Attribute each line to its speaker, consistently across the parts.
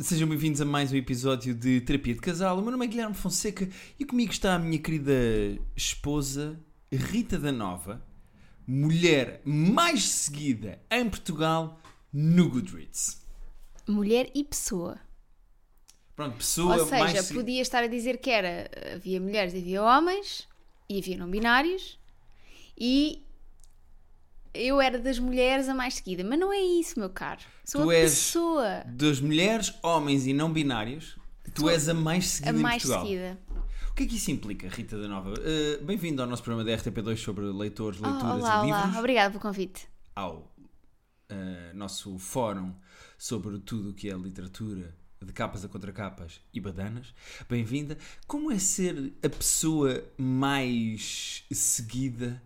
Speaker 1: Sejam bem-vindos a mais um episódio de Terapia de Casal. O meu nome é Guilherme Fonseca e comigo está a minha querida esposa Rita da Nova, mulher mais seguida em Portugal no Goodreads.
Speaker 2: Mulher e pessoa.
Speaker 1: Pronto, pessoa
Speaker 2: Ou seja,
Speaker 1: mais segui-
Speaker 2: podia estar a dizer que era havia mulheres e havia homens e havia não binários e eu era das mulheres a mais seguida, mas não é isso, meu caro. Sou
Speaker 1: Tu
Speaker 2: a
Speaker 1: és
Speaker 2: pessoa
Speaker 1: das mulheres, homens e não binários, tu és a mais seguida
Speaker 2: a
Speaker 1: em
Speaker 2: mais
Speaker 1: Portugal.
Speaker 2: seguida.
Speaker 1: O que é que isso implica, Rita da Nova? Uh, Bem-vindo ao nosso programa da RTP2 sobre leitores,
Speaker 2: Oh,
Speaker 1: leituras
Speaker 2: olá,
Speaker 1: e livros.
Speaker 2: olá, obrigada pelo convite.
Speaker 1: ao eh, nosso fórum sobre tudo o que é literatura de capas a contracapas e badanas. Bem-vinda. Como é ser a pessoa mais seguida,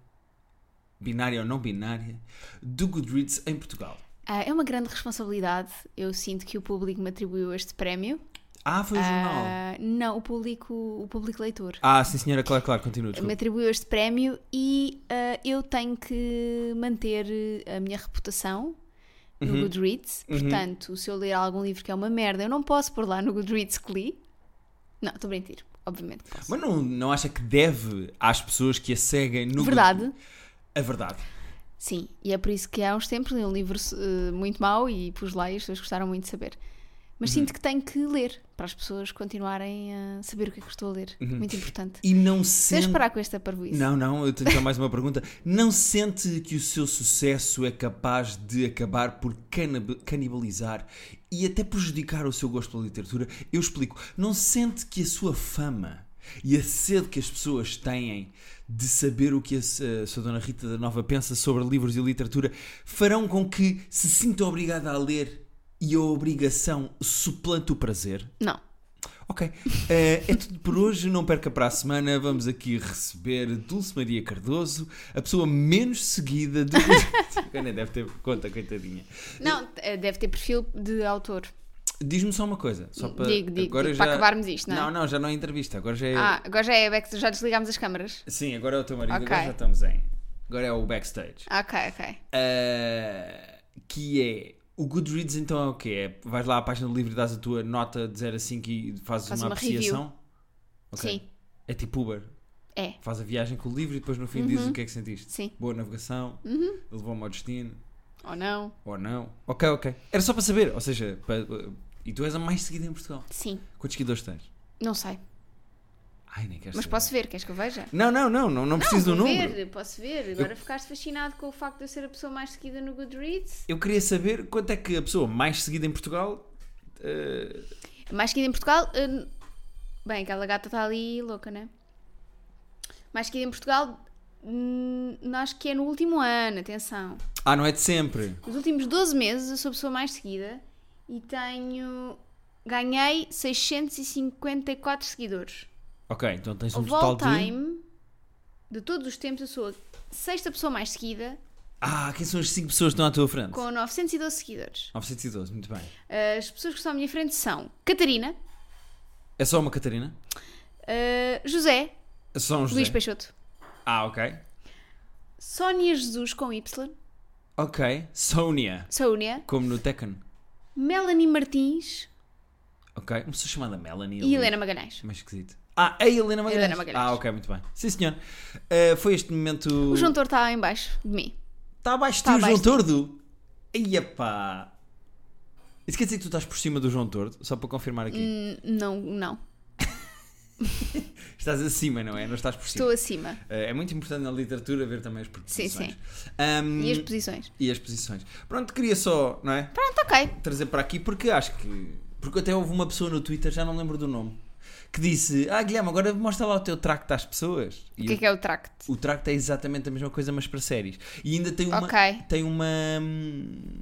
Speaker 1: binária ou não binária, do Goodreads em Portugal?
Speaker 2: Ah, é uma grande responsabilidade. Eu sinto que o público me atribuiu este prémio.
Speaker 1: Ah, foi o jornal.
Speaker 2: Ah, não, o público, o público leitor.
Speaker 1: Ah, sim, senhora, claro, claro, continua.
Speaker 2: me
Speaker 1: desculpe.
Speaker 2: atribuiu este prémio e ah, eu tenho que manter eh, a minha reputação
Speaker 1: Uhum.
Speaker 2: no Goodreads. Portanto, se eu ler algum livro que é uma merda, eu não posso pôr lá no Goodreads que li. Não, estou a mentir. Obviamente que posso.
Speaker 1: Mas não, não acha que deve às pessoas que a seguem no
Speaker 2: Verdade,
Speaker 1: Goodreads? A verdade.
Speaker 2: sim. E é por isso que há uns tempos li um livro eh, muito mau e pus lá e as pessoas gostaram muito de saber. Mas
Speaker 1: Uhum.
Speaker 2: sinto que tenho que ler para as pessoas continuarem a saber o que é que eu estou a ler. Muito importante.
Speaker 1: Uhum. E não
Speaker 2: Vocês
Speaker 1: sente
Speaker 2: parar com esta parvoíce.
Speaker 1: Não, não, eu tenho só mais uma pergunta. Não sente que o seu sucesso é capaz de acabar por canab- canibalizar e até prejudicar o seu gosto pela literatura? Eu explico. Não sente que a sua fama e a sede que as pessoas têm de saber o que a, s- a sua dona Rita da Nova pensa sobre livros e literatura farão com que se sinta obrigada a ler e a obrigação suplante o prazer?
Speaker 2: Não.
Speaker 1: Ok. Eh, é tudo por hoje. Não perca para a semana. Vamos aqui receber Dulce Maria Cardoso, a pessoa menos seguida do. Ana deve ter conta, coitadinha.
Speaker 2: Não, eh, deve ter perfil de autor.
Speaker 1: Diz-me só uma coisa. Só para,
Speaker 2: Digo, digo,
Speaker 1: agora
Speaker 2: digo,
Speaker 1: já...
Speaker 2: para acabarmos isto, não é?
Speaker 1: Não, não, já não é entrevista. Agora já é.
Speaker 2: Ah, agora já é back- já desligámos as câmaras.
Speaker 1: Sim, agora é o teu marido. Agora
Speaker 2: Ok.
Speaker 1: já estamos em. Agora é o backstage.
Speaker 2: Ah, Ok, ok.
Speaker 1: Eh, que é. O Goodreads então é o quê? É, vais lá à página do livro e dás a tua nota de 0 a 5 e fazes
Speaker 2: Faço
Speaker 1: uma,
Speaker 2: uma review.
Speaker 1: apreciação? Ok.
Speaker 2: Sim,
Speaker 1: É tipo Uber.
Speaker 2: é.
Speaker 1: Faz a viagem com o livro e depois no fim dizes o que é que sentiste.
Speaker 2: Uhum. Sim. Uhum.
Speaker 1: Boa navegação, levou-me ao destino,
Speaker 2: Ou não?
Speaker 1: ou não. Ok, ok. Era só para saber, ou seja, para- e tu és a mais seguida em Portugal.
Speaker 2: Sim.
Speaker 1: Quantos seguidores tens?
Speaker 2: Não sei.
Speaker 1: Ai, nem quero
Speaker 2: Mas
Speaker 1: saber.
Speaker 2: posso ver, queres que eu veja?
Speaker 1: Não, não, não, não, não preciso
Speaker 2: Vou
Speaker 1: do número.
Speaker 2: ver, posso ver. Agora ficaste fascinado com o facto de eu ser a pessoa mais seguida no Goodreads.
Speaker 1: Eu queria saber quanto é que a pessoa mais seguida em Portugal. eh,
Speaker 2: Mais seguida em Portugal. hum, Bem, aquela gata está ali louca, né? Mais seguida em Portugal. hum, Acho que é no último ano, atenção.
Speaker 1: Ah, não é de sempre.
Speaker 2: Nos últimos 12 meses eu sou a pessoa mais seguida e tenho. Ganhei 654 seguidores.
Speaker 1: Ok, então tens um
Speaker 2: Of
Speaker 1: total
Speaker 2: all
Speaker 1: de.
Speaker 2: time, de todos os tempos, eu sou a sexta pessoa mais seguida,
Speaker 1: Ah, quem são as 5 pessoas que estão à tua frente?
Speaker 2: com 912 seguidores.
Speaker 1: 912, muito bem.
Speaker 2: As pessoas que estão à minha frente são Catarina,
Speaker 1: É só uma Catarina?
Speaker 2: uh, José,
Speaker 1: É só um José?
Speaker 2: Luís Peixoto,
Speaker 1: Ah, ok.
Speaker 2: Sónia Jesus com Y,
Speaker 1: Ok. Sónia,
Speaker 2: Sónia,
Speaker 1: como no Tekken.
Speaker 2: Melanie Martins
Speaker 1: Ok. Uma pessoa chamada Melanie.
Speaker 2: e Helena Magalhães.
Speaker 1: Mais esquisito. Ah, a Helena Magalhães.
Speaker 2: Helena Magalhães.
Speaker 1: Ah, ok, muito bem. Sim, senhor. Ah, foi este momento.
Speaker 2: O João Torto está em baixo de mim.
Speaker 1: Está abaixo de
Speaker 2: Tá
Speaker 1: ti o João
Speaker 2: abaixo de
Speaker 1: Tordo? Ia pá. Isso quer dizer que tu estás por cima do João Tordo? Só para confirmar aqui.
Speaker 2: N- Não, não.
Speaker 1: Estás acima, não é? Não estás por cima.
Speaker 2: Estou acima.
Speaker 1: Ah, é muito importante na literatura ver também as posições.
Speaker 2: sim.
Speaker 1: Ahm,
Speaker 2: E as Tá. posições?
Speaker 1: e as posições. Pronto, queria só, não é?
Speaker 2: Pronto, ok.
Speaker 1: trazer para aqui porque acho que. Porque até houve uma pessoa no Twitter, já não lembro do nome, que disse: Ah, Guilherme, agora mostra lá o teu tracto às pessoas.
Speaker 2: O
Speaker 1: E
Speaker 2: que é que é o tracto?
Speaker 1: o tracto é exatamente a mesma coisa, mas para séries. E ainda tem uma,
Speaker 2: Ok.
Speaker 1: tem uma hum,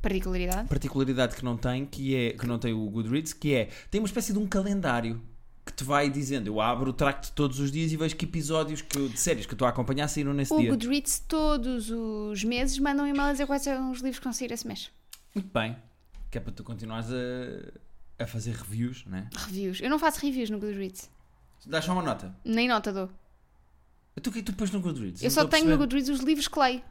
Speaker 2: Particularidade?
Speaker 1: particularidade que não tem, que, é, que não tem o Goodreads, que é: tem uma espécie de um calendário que te vai dizendo. Eu abro o tracto todos os dias e vejo que episódios que, eu- de séries que eu estou a acompanhar saíram nesse
Speaker 2: O
Speaker 1: dia.
Speaker 2: Goodreads todos os meses mandam um e-mail a dizer quais são os livros que vão sair esse mês.
Speaker 1: Muito bem. Que é para tu continuares a, a fazer reviews, né?
Speaker 2: Reviews. Eu não faço reviews no Goodreads.
Speaker 1: Dás só uma nota.
Speaker 2: Nem nota dou.
Speaker 1: Tu o que é que tu pões no Goodreads?
Speaker 2: Eu
Speaker 1: Não
Speaker 2: só
Speaker 1: estou a
Speaker 2: tenho no
Speaker 1: perceber.
Speaker 2: Goodreads os livros que leio.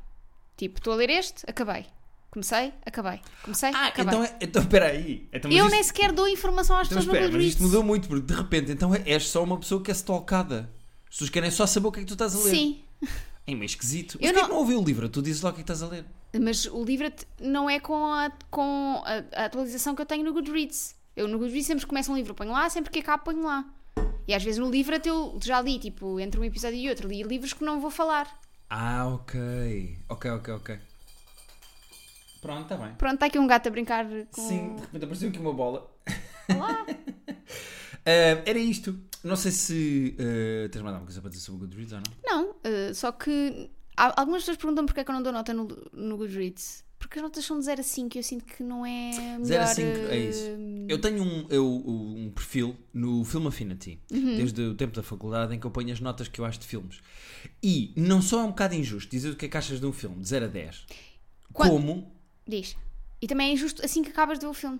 Speaker 2: Tipo, estou a ler este, acabei. Comecei, acabei. Comecei,
Speaker 1: Ah,
Speaker 2: acabei.
Speaker 1: então, é- então peraí. Então, mas
Speaker 2: eu
Speaker 1: isto-
Speaker 2: nem sequer dou informação às
Speaker 1: então,
Speaker 2: pessoas
Speaker 1: espera,
Speaker 2: no
Speaker 1: mas
Speaker 2: Goodreads.
Speaker 1: isto mudou muito, porque de repente então é- és só uma pessoa que é stalkada. As pessoas querem só saber o que é que tu estás a ler.
Speaker 2: Sim,
Speaker 1: É meio esquisito.
Speaker 2: Eu
Speaker 1: Mas não... é que
Speaker 2: não-
Speaker 1: não ouviu o livro? Tu dizes lá o que é que estás a ler.
Speaker 2: mas o livro não é com, a, com a, a atualização que eu tenho no Goodreads. Eu no Goodreads sempre começo um livro, ponho lá, sempre que acabo, ponho lá. E às vezes no livro eu já li, tipo, entre um episódio e outro, li livros que não vou falar.
Speaker 1: Ah, ok. Ok, ok, ok. Pronto, está bem.
Speaker 2: Pronto, está aqui um gato a brincar com.
Speaker 1: Sim, de repente apareceu aqui uma bola.
Speaker 2: Olá!
Speaker 1: Ah, era isto. Não sei se ah, tens mais alguma coisa para dizer sobre o Goodreads ou não.
Speaker 2: Não, eh, só que há- algumas pessoas perguntam porque é que eu não dou nota no, no Goodreads. Porque as notas são de 0 a 5 e eu sinto que não é melhor...
Speaker 1: 0 a 5, é isso.
Speaker 2: eh,
Speaker 1: Eu tenho um, eu, um perfil no Film Affinity,
Speaker 2: Uhum.
Speaker 1: desde o tempo da faculdade, em que eu ponho as notas que eu acho de filmes. E não só é um bocado injusto dizer o que é que achas de um filme, de 0 a 10,
Speaker 2: Quando-
Speaker 1: como
Speaker 2: Diz. E também é injusto assim que acabas de ver o filme.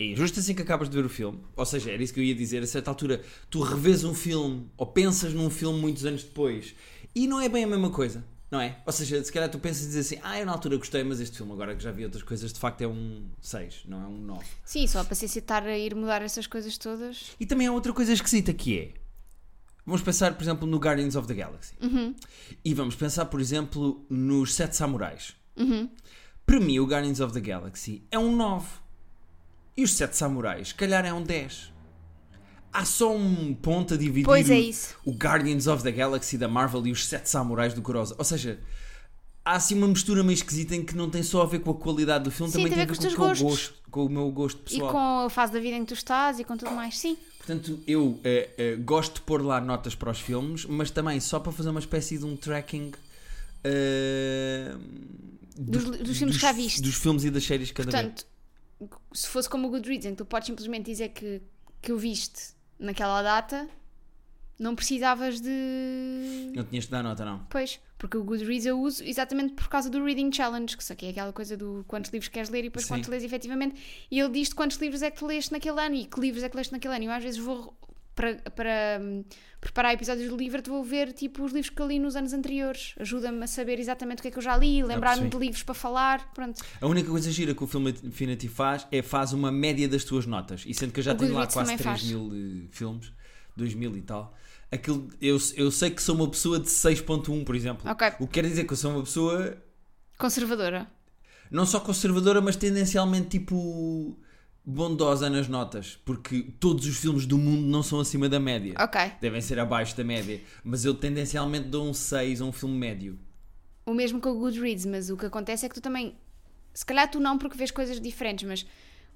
Speaker 1: é injusto assim que acabas de ver o filme, ou seja, era isso que eu ia dizer, a certa altura tu revês um filme ou pensas num filme muitos anos depois e não é bem a mesma coisa, não é? Ou seja, se calhar tu pensas e dizes assim, ah, eu na altura gostei, mas este filme, agora que já vi outras coisas, de facto é um 6, não é um 9.
Speaker 2: Sim, só a paciência de estar a ir mudar essas coisas todas.
Speaker 1: E também há outra coisa esquisita que é. Vamos pensar, por exemplo, no Guardians of the Galaxy.
Speaker 2: Uhum.
Speaker 1: E vamos pensar, por exemplo, nos Sete Samurais.
Speaker 2: Uhum.
Speaker 1: Para mim, o Guardians of the Galaxy é um 9. E os Sete Samurais, se calhar, é um 10. Há só um ponto a dividir
Speaker 2: Pois é
Speaker 1: o-
Speaker 2: isso.
Speaker 1: o Guardians of the Galaxy da Marvel e os Sete Samurais do Kurosawa. Ou seja, há assim uma mistura meio esquisita em que não tem só a ver com a qualidade do filme,
Speaker 2: Sim,
Speaker 1: também tem a ver
Speaker 2: os
Speaker 1: com,
Speaker 2: teus
Speaker 1: o que eu
Speaker 2: gostos.
Speaker 1: gosto- com o meu gosto pessoal.
Speaker 2: E com a fase da vida em que tu estás e com tudo mais. Sim.
Speaker 1: Portanto, eu eh, eh, gosto de pôr lá notas para os filmes, mas também só para fazer uma espécie de um tracking eh,
Speaker 2: Dos- dos filmes que já viste.
Speaker 1: Dos filmes e das séries que cada vez.
Speaker 2: Portanto, se fosse como o Goodreads, em que tu podes simplesmente dizer que, que o viste naquela data, não precisavas de...
Speaker 1: Não tinhas de dar nota, não.
Speaker 2: Pois, porque o Goodreads eu uso exatamente por causa do Reading Challenge, que só que é aquela coisa do quantos livros queres ler e depois
Speaker 1: Sim.
Speaker 2: quantos lês efetivamente. E ele diz-te quantos livros é que tu leste naquele ano e que livros é que leste naquele ano. E eu às vezes vou, para, para hum, preparar episódios do livro, vou ver tipo os livros que eu li nos anos anteriores. Ajuda-me a saber exatamente o que é que eu já li, lembrar-me de
Speaker 1: percebi.
Speaker 2: livros para falar. Pronto,
Speaker 1: A única coisa gira que o filme Infinity faz é faz uma média das tuas notas. E sendo que eu já
Speaker 2: O
Speaker 1: tenho lá
Speaker 2: Goodreads
Speaker 1: quase
Speaker 2: também
Speaker 1: 3
Speaker 2: faz.
Speaker 1: mil eh, filmes, 2 mil e tal, aquilo, eu, eu sei que sou uma pessoa de 6.1, por exemplo.
Speaker 2: Ok.
Speaker 1: O que quer dizer que eu sou uma pessoa
Speaker 2: conservadora.
Speaker 1: não só conservadora, mas tendencialmente tipo bondosa nas notas, porque todos os filmes do mundo não são acima da média.
Speaker 2: Ok.
Speaker 1: Devem ser abaixo da média, mas eu tendencialmente dou um 6 a um filme médio.
Speaker 2: o mesmo que o Goodreads, mas o que acontece é que tu também. Se calhar tu não, porque vês coisas diferentes, mas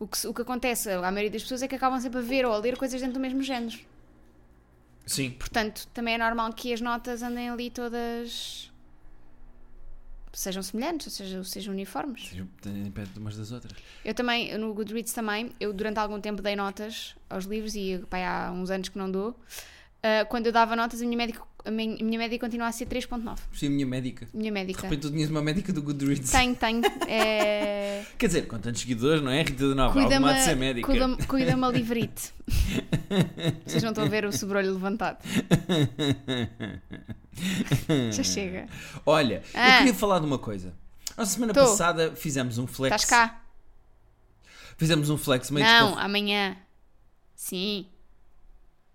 Speaker 2: o que, se- o que acontece à maioria das pessoas é que acabam sempre a ver ou a ler coisas dentro do mesmo género.
Speaker 1: Sim.
Speaker 2: Portanto, também é normal que as notas andem ali todas. sejam semelhantes, ou seja, sejam uniformes.
Speaker 1: Perto umas das outras.
Speaker 2: Eu também, no Goodreads também, eu durante algum tempo dei notas aos livros e pá, há uns anos que não dou. Ah, quando eu dava notas, a minha média, a minha, a minha média continua a ser 3.9.
Speaker 1: Sim, a minha médica. De
Speaker 2: Minha médica.
Speaker 1: repente tu tinhas uma médica do Goodreads.
Speaker 2: Tenho, tenho. É...
Speaker 1: Quer dizer, com tantos seguidores, não é? Rita de Nova, alguma há de ser médica.
Speaker 2: cuida-me- cuida-me a livrite. Vocês não estão a ver o sobrolho levantado. Já chega.
Speaker 1: Olha, eu
Speaker 2: Ah.
Speaker 1: queria falar de uma coisa. Na semana
Speaker 2: Tô.
Speaker 1: passada fizemos um flex.
Speaker 2: Estás cá?
Speaker 1: Fizemos um flex meio
Speaker 2: Não,
Speaker 1: desconf-
Speaker 2: amanhã. Sim.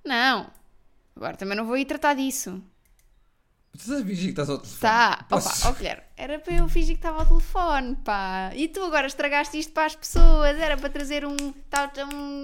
Speaker 2: Não. Agora também não vou ir tratar disso.
Speaker 1: Tu estás a fingir que estás ao telefone?
Speaker 2: Tá.
Speaker 1: Posso-
Speaker 2: Opa, ó Guilherme, era para eu fingir que estava ao telefone, pá. E tu agora estragaste isto para as pessoas. Era para trazer um, tal- um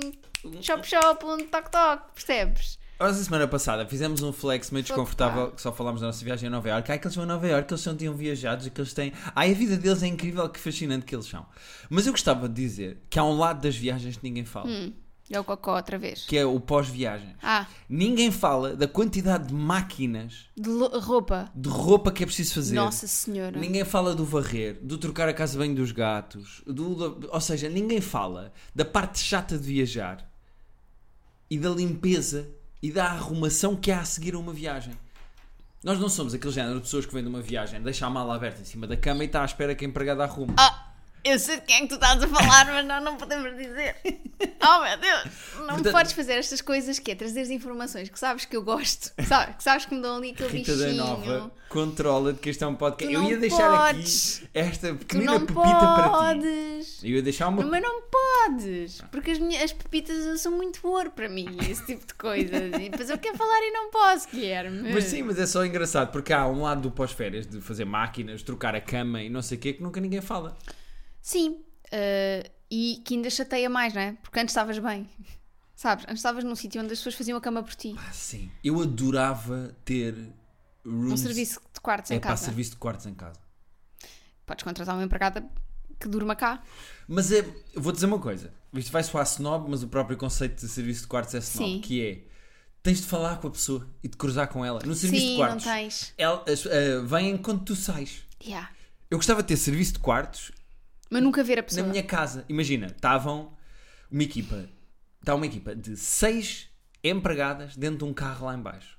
Speaker 2: shop-shop, um toque-toque, percebes?
Speaker 1: Ora, essa semana passada fizemos um flex meio
Speaker 2: tá.
Speaker 1: desconfortável, que só falámos da nossa viagem a Nova Iorque. Ai, que eles vão a Nova Iorque, que eles não tinham viajado e que eles têm. Ai, a vida deles é incrível, que fascinante que eles são. Mas eu gostava de dizer que há um lado das viagens que ninguém fala,
Speaker 2: Hum, é o cocó outra vez.
Speaker 1: que é o pós-viagem.
Speaker 2: Ah,
Speaker 1: Ninguém fala da quantidade de máquinas
Speaker 2: de lo- roupa.
Speaker 1: de roupa que é preciso fazer.
Speaker 2: Nossa Senhora.
Speaker 1: Ninguém fala do varrer, do trocar a casa de banho dos gatos, do, ou seja, ninguém fala da parte chata de viajar e da limpeza e da arrumação que há a seguir a uma viagem. Nós não somos aquele género de pessoas que vêm de uma viagem, deixa a mala aberta em cima da cama e está à espera que a empregada arrume.
Speaker 2: Ah, Eu sei de quem é que tu estás a falar, mas nós não podemos dizer. Oh meu Deus! Não
Speaker 1: Portanto-
Speaker 2: me podes fazer estas coisas que é trazeres informações que sabes que eu gosto, sabe- que sabes que me dão ali aquele
Speaker 1: Rita da Nova,
Speaker 2: bichinho.
Speaker 1: controla-te que este é um podcast.
Speaker 2: Tu
Speaker 1: Eu
Speaker 2: não
Speaker 1: ia deixar
Speaker 2: podes.
Speaker 1: aqui esta
Speaker 2: Tu
Speaker 1: pequenina
Speaker 2: não
Speaker 1: pepita para ti.
Speaker 2: podes!
Speaker 1: Eu ia deixar uma.
Speaker 2: Não, Mas não podes, porque as, minhas, as pepitas são muito ouro para mim, esse tipo de coisas. E depois eu quero falar e não posso, Guilherme.
Speaker 1: Mas sim, mas é só engraçado, porque há um lado do pós-férias de fazer máquinas, trocar a cama e não sei o quê, que nunca ninguém fala.
Speaker 2: Sim, eh, e que ainda chateia mais, não é? Porque antes estavas bem. Sabes, antes estavas num sítio onde as pessoas faziam a cama por ti.
Speaker 1: Ah, sim. Eu adorava ter rooms.
Speaker 2: Um serviço de quartos
Speaker 1: Uhum. É
Speaker 2: em
Speaker 1: para
Speaker 2: casa.
Speaker 1: serviço de quartos em casa.
Speaker 2: Podes contratar uma empregada que durma cá.
Speaker 1: Mas é, eu vou dizer uma coisa. Isto vai soar snob, mas o próprio conceito de serviço de quartos é snob,
Speaker 2: Sim.
Speaker 1: que é tens de falar com a pessoa e de cruzar com ela. No serviço
Speaker 2: Sim,
Speaker 1: de
Speaker 2: não
Speaker 1: quartos,
Speaker 2: tens.
Speaker 1: ela- as- ah, vêm quando tu sais.
Speaker 2: Yeah.
Speaker 1: Eu gostava de ter serviço de quartos
Speaker 2: Mas nunca ver a
Speaker 1: na
Speaker 2: pessoa.
Speaker 1: minha casa. Imagina, estavam uma equipa, está uma equipa de seis empregadas dentro de um carro lá em baixo.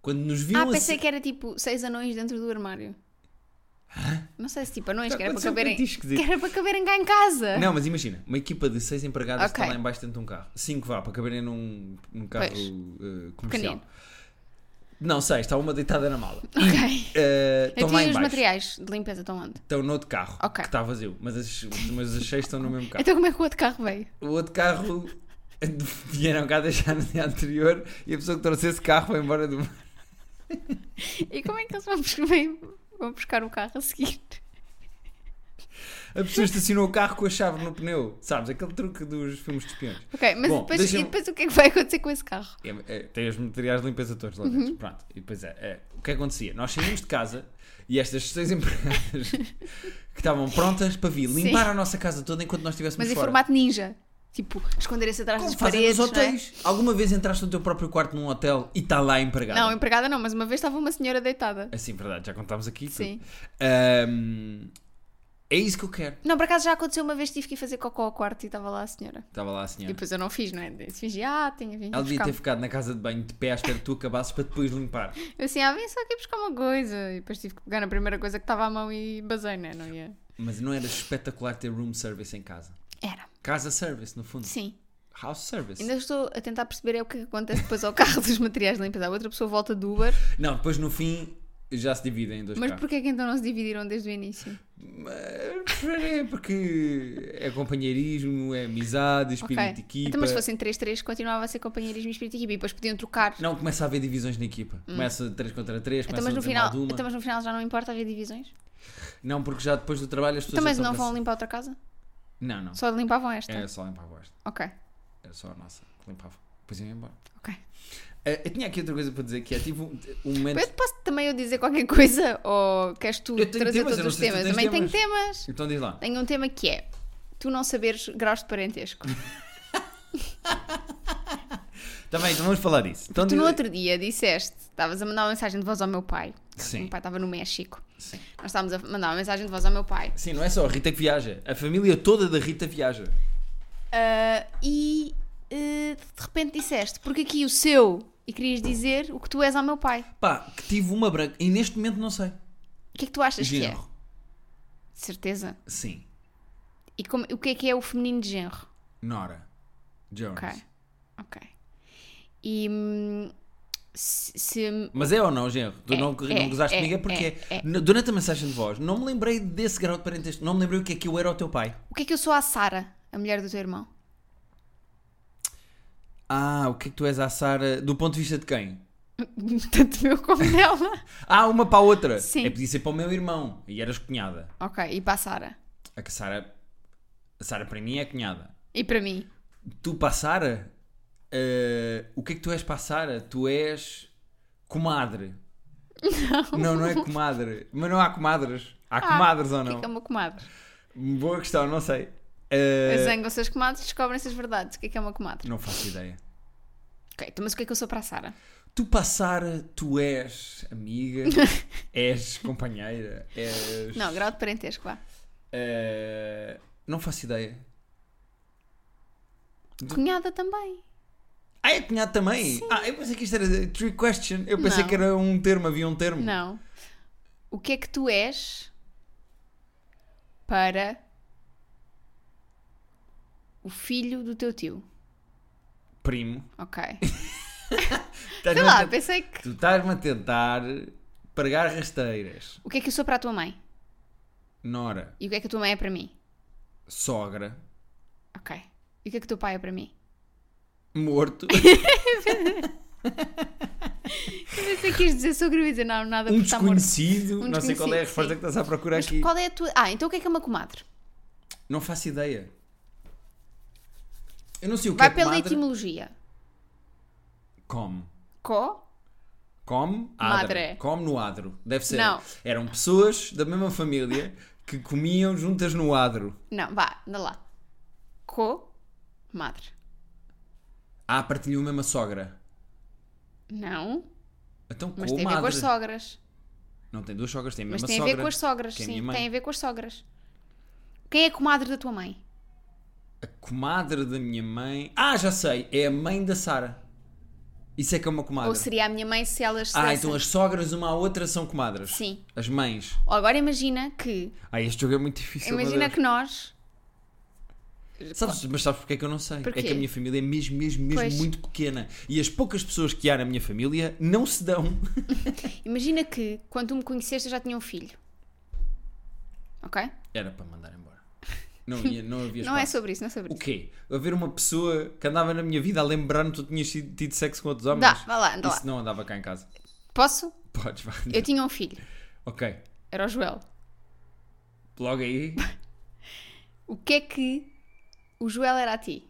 Speaker 1: Quando nos viam
Speaker 2: Ah, pensei
Speaker 1: assim-
Speaker 2: que era tipo seis anões dentro do armário. Não sei se tipo anões, que era para
Speaker 1: Aconteceu
Speaker 2: caberem.
Speaker 1: Tá muito esquisito.
Speaker 2: Que era para caberem cá em casa.
Speaker 1: Não, mas imagina, uma equipa de seis empregadas que
Speaker 2: Ok.
Speaker 1: está lá em baixo dentro de um carro. Cinco vá, para caberem num, num carro
Speaker 2: Pois.
Speaker 1: eh, comercial.
Speaker 2: Pequenino.
Speaker 1: Não, seis, está uma deitada na mala.
Speaker 2: Ok.
Speaker 1: Eh, estão
Speaker 2: Então,
Speaker 1: lá
Speaker 2: e
Speaker 1: em
Speaker 2: os
Speaker 1: baixo.
Speaker 2: materiais de limpeza estão onde?
Speaker 1: Estão no outro carro,
Speaker 2: Ok.
Speaker 1: que está vazio, mas as, mas as seis estão no mesmo carro.
Speaker 2: Então como é que o outro carro veio?
Speaker 1: O outro carro vieram cá deixar no dia anterior e a pessoa que trouxe esse carro foi embora do.
Speaker 2: E como é que eles vão buscar, vêm- vão buscar o carro a seguir?
Speaker 1: A pessoa estacionou o carro com a chave no pneu. Sabes, aquele truque dos filmes de espiões.
Speaker 2: Ok, mas
Speaker 1: Bom,
Speaker 2: depois,
Speaker 1: deixa-me-
Speaker 2: e depois o que é que vai acontecer com esse carro?
Speaker 1: É, é, tem os materiais de limpeza todos lá
Speaker 2: Uhum.
Speaker 1: dentro. Pronto. E depois é, é, O que acontecia? Nós saímos de casa e estas seis empregadas que estavam prontas para vir limpar a nossa casa toda enquanto nós estivéssemos
Speaker 2: Mas em
Speaker 1: fora.
Speaker 2: formato ninja. Tipo, esconderem-se atrás
Speaker 1: Como
Speaker 2: das
Speaker 1: fazem
Speaker 2: paredes.
Speaker 1: nos
Speaker 2: não é?
Speaker 1: hotéis? Alguma vez entraste no teu próprio quarto num hotel e está lá a empregada?
Speaker 2: Não, empregada não, mas uma vez estava uma senhora deitada.
Speaker 1: Assim, verdade, já contámos aqui. tudo.
Speaker 2: Sim.
Speaker 1: Ahm, é isso que eu quero.
Speaker 2: Não, por acaso já aconteceu uma vez tive que ir fazer cocô ao quarto e estava lá a senhora.
Speaker 1: Estava lá a
Speaker 2: E
Speaker 1: senhora.
Speaker 2: depois eu não fiz, não é? Disse, Fingi, ah, tinha vindo
Speaker 1: Ela devia
Speaker 2: buscar.
Speaker 1: ter ficado na casa de banho de pé à espera que tu acabasses para depois limpar.
Speaker 2: Eu assim, ah, vim só aqui buscar uma coisa. E depois tive que pegar na primeira coisa que estava à mão e basei, não é? Não ia.
Speaker 1: Mas não era espetacular ter room service em casa?
Speaker 2: Era.
Speaker 1: Casa service, no fundo.
Speaker 2: Sim.
Speaker 1: House service.
Speaker 2: Ainda estou a tentar perceber é o que é que acontece depois ao carro dos materiais de limpeza. A outra pessoa volta do Uber.
Speaker 1: Não, depois no fim já se dividem em dois
Speaker 2: Mas
Speaker 1: carros.
Speaker 2: porquê que então não se dividiram desde o início?
Speaker 1: Mas é porque é companheirismo, é amizade, espírito de equipa.
Speaker 2: Então, mas se fossem 3-3, continuava a ser companheirismo e espírito de equipa. E depois podiam trocar.
Speaker 1: Não, começa a haver divisões na equipa. Começa 3 contra 3,
Speaker 2: Hum. Então,
Speaker 1: começa
Speaker 2: mas,
Speaker 1: a
Speaker 2: no
Speaker 1: final,
Speaker 2: final,
Speaker 1: de uma.
Speaker 2: então, mas no final já não importa haver divisões?
Speaker 1: Não, porque já depois do trabalho as pessoas.
Speaker 2: Então, mas
Speaker 1: já
Speaker 2: não
Speaker 1: estão É.
Speaker 2: vão limpar outra casa?
Speaker 1: cansadas. Não, não.
Speaker 2: Só limpavam esta?
Speaker 1: Era só limpar a bosta.
Speaker 2: Ok,
Speaker 1: Era só a nossa que limpava. Depois ia embora.
Speaker 2: ok.
Speaker 1: Eh, Eu tinha aqui outra coisa para dizer que é tive um, um momento.
Speaker 2: Eu posso também eu dizer qualquer coisa? Ou queres tu
Speaker 1: Eu tenho
Speaker 2: trazer
Speaker 1: temas, eu
Speaker 2: todos
Speaker 1: não
Speaker 2: os
Speaker 1: sei se tu
Speaker 2: temas?
Speaker 1: tens
Speaker 2: Também
Speaker 1: temas.
Speaker 2: tenho temas.
Speaker 1: Então diz lá.
Speaker 2: Tenho um tema que é tu não saberes graus de parentesco.
Speaker 1: Está bem, então vamos falar disso. Então,
Speaker 2: tu
Speaker 1: diz-
Speaker 2: no outro dia disseste, estavas a mandar uma mensagem de voz ao meu pai. O
Speaker 1: Sim.
Speaker 2: meu pai estava no México.
Speaker 1: Sim.
Speaker 2: Nós estávamos a mandar uma mensagem de voz ao meu pai.
Speaker 1: Sim, não é só a Rita que viaja. A família toda da Rita viaja.
Speaker 2: Ah, e ah, de repente disseste, porque aqui o seu, e querias dizer o que tu és ao meu pai.
Speaker 1: Pá, que tive uma branca. E neste momento não sei.
Speaker 2: O que é que tu achas que
Speaker 1: Genro.
Speaker 2: é? De certeza.
Speaker 1: Sim.
Speaker 2: E como- o que é que é o feminino de genro?
Speaker 1: Nora. Jones.
Speaker 2: Ok. Ok. E hum, se, se-
Speaker 1: Mas é ou não, genro? Tu
Speaker 2: É,
Speaker 1: não, não
Speaker 2: é,
Speaker 1: gozaste
Speaker 2: é,
Speaker 1: comigo é porque
Speaker 2: é, é.
Speaker 1: n- durante a mensagem de voz não me lembrei desse grau de parentesco. Não me lembrei o que é que eu era ao teu pai.
Speaker 2: o que é que eu sou à Sara, a mulher do teu irmão?
Speaker 1: Ah, o que é que tu és à Sara do ponto de vista de quem?
Speaker 2: Tanto meu como dela.
Speaker 1: Ah, uma para a outra.
Speaker 2: Sim.
Speaker 1: É podia ser para o meu irmão. E eras cunhada.
Speaker 2: ok, e para a Sara.
Speaker 1: A que Sara. A Sara para mim é cunhada.
Speaker 2: E para mim?
Speaker 1: Tu para a Sara. eh, o que é que tu és para a Sara? Tu és. comadre. Não. Não, é comadre. Mas não há comadres. Há comadres ou
Speaker 2: O que
Speaker 1: não?
Speaker 2: é que é uma comadre?
Speaker 1: Boa questão, não sei. Eh,
Speaker 2: Zangam-se as comadres, descobrem-se as verdades. O que é que é uma comadre?
Speaker 1: Não faço ideia.
Speaker 2: Ok, então, mas o que é que eu sou para a Sara?
Speaker 1: Tu passar, tu és amiga, és companheira, és.
Speaker 2: Não, grau de parentesco, vá.
Speaker 1: eh, não faço ideia.
Speaker 2: Cunhada também.
Speaker 1: Ah, é cunhado também? Ah, eu pensei que isto era trick question. Eu pensei
Speaker 2: Não.
Speaker 1: que era um termo, havia um termo.
Speaker 2: Não. O que é que tu és para o filho do teu tio.
Speaker 1: Primo.
Speaker 2: Ok.
Speaker 1: Estás-me
Speaker 2: Sei
Speaker 1: a
Speaker 2: lá,
Speaker 1: ten-
Speaker 2: pensei que.
Speaker 1: Tu estás-me a tentar pregar rasteiras.
Speaker 2: O que é que eu sou para a tua mãe?
Speaker 1: Nora,
Speaker 2: E o que é que a tua mãe é para mim?
Speaker 1: sogra,
Speaker 2: Ok. E o que é que o teu pai é para mim?
Speaker 1: morto.
Speaker 2: Eu pensei que ias dizer sobre dizer não, nada
Speaker 1: um
Speaker 2: porque está morto.
Speaker 1: desconhecido.
Speaker 2: Um
Speaker 1: não sei qual é a
Speaker 2: desconhecido,
Speaker 1: resposta
Speaker 2: sim.
Speaker 1: que estás a procurar
Speaker 2: Mas
Speaker 1: aqui.
Speaker 2: qual é a tua. Ah, então o que é que é uma comadre?
Speaker 1: Não faço ideia. Eu não sei o que
Speaker 2: Vai
Speaker 1: é
Speaker 2: pela
Speaker 1: comadre.
Speaker 2: etimologia.
Speaker 1: Come.
Speaker 2: Co.
Speaker 1: Come, adro.
Speaker 2: Madre.
Speaker 1: Come no adro. Deve ser.
Speaker 2: Não.
Speaker 1: Eram pessoas da mesma família que comiam juntas no adro.
Speaker 2: Não, vá, anda lá. Co. Madre.
Speaker 1: Ah, partilhou a mesma sogra.
Speaker 2: Não,
Speaker 1: Então, com
Speaker 2: mas tem a ver com as
Speaker 1: madre.
Speaker 2: sogras.
Speaker 1: Não tem duas sogras, tem a
Speaker 2: Mas
Speaker 1: mesma
Speaker 2: tem a
Speaker 1: sogra.
Speaker 2: ver com as sogras,
Speaker 1: que é a
Speaker 2: sim.
Speaker 1: minha mãe.
Speaker 2: Tem a ver com as sogras. Quem é a comadre da tua mãe?
Speaker 1: A comadre da minha mãe. Ah, já sei. É a mãe da Sara. Isso é que é uma comadre.
Speaker 2: Ou seria a minha mãe se elas se
Speaker 1: Ah,
Speaker 2: dessem?
Speaker 1: então as sogras uma à outra são comadres.
Speaker 2: Sim.
Speaker 1: As mães.
Speaker 2: Ou Agora imagina que.
Speaker 1: Ah, este jogo é muito difícil. meu
Speaker 2: imagina
Speaker 1: Deus.
Speaker 2: que nós.
Speaker 1: Sabes, mas sabes porque é que eu não sei?
Speaker 2: Porquê?
Speaker 1: É que a minha família é mesmo, mesmo, mesmo
Speaker 2: Pois.
Speaker 1: muito pequena. E as poucas pessoas que há na minha família não se dão.
Speaker 2: Imagina que quando tu me conheceste eu já tinha um filho. Ok?
Speaker 1: Era para mandar embora. Não, ia, não havia
Speaker 2: não é
Speaker 1: espaço.
Speaker 2: sobre isso, não é sobre
Speaker 1: O
Speaker 2: isso.
Speaker 1: quê? Haver uma pessoa que andava na minha vida a lembrar-me que tu tinhas tido tido sexo com outros homens?
Speaker 2: Dá, vá lá, anda lá.
Speaker 1: é Isso não andava cá em casa.
Speaker 2: Posso?
Speaker 1: Podes, vá.
Speaker 2: Eu tinha um filho.
Speaker 1: Ok.
Speaker 2: Era o Joel.
Speaker 1: Logo aí
Speaker 2: O que é que o Joel era a ti?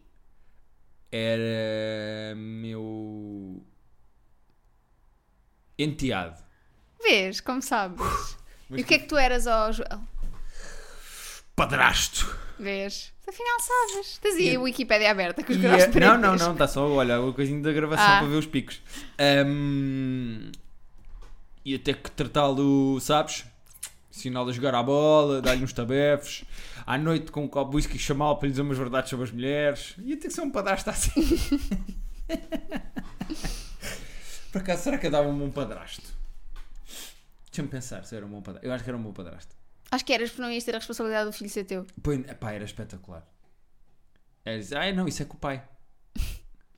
Speaker 1: era meu enteado.
Speaker 2: Vês, como sabes. e o que é que tu eras ao Joel?
Speaker 1: Padrasto!
Speaker 2: Vês? Afinal sabes. Tens aí a Wikipédia aberta com os
Speaker 1: E
Speaker 2: graus
Speaker 1: é- Não, não,
Speaker 2: parentes.
Speaker 1: não, está só, olha, a coisinha da gravação
Speaker 2: Ah.
Speaker 1: para ver os picos. Ahm, ia ter que tratá-lo, sabes? Sinal a jogar à bola, dar-lhe uns tabefes, à noite com um copo de whisky chamá-lo para lhe dizer umas verdades sobre as mulheres. Ia ter que ser um padrasto assim. Por acaso, será que eu dava um bom padrasto? Deixa-me pensar se eu era um bom padrasto. Eu acho que era um bom padrasto.
Speaker 2: Acho que eras porque não ias ter a responsabilidade do filho ser teu.
Speaker 1: Põe, epá, era espetacular. Era, ah, não, isso é com o pai.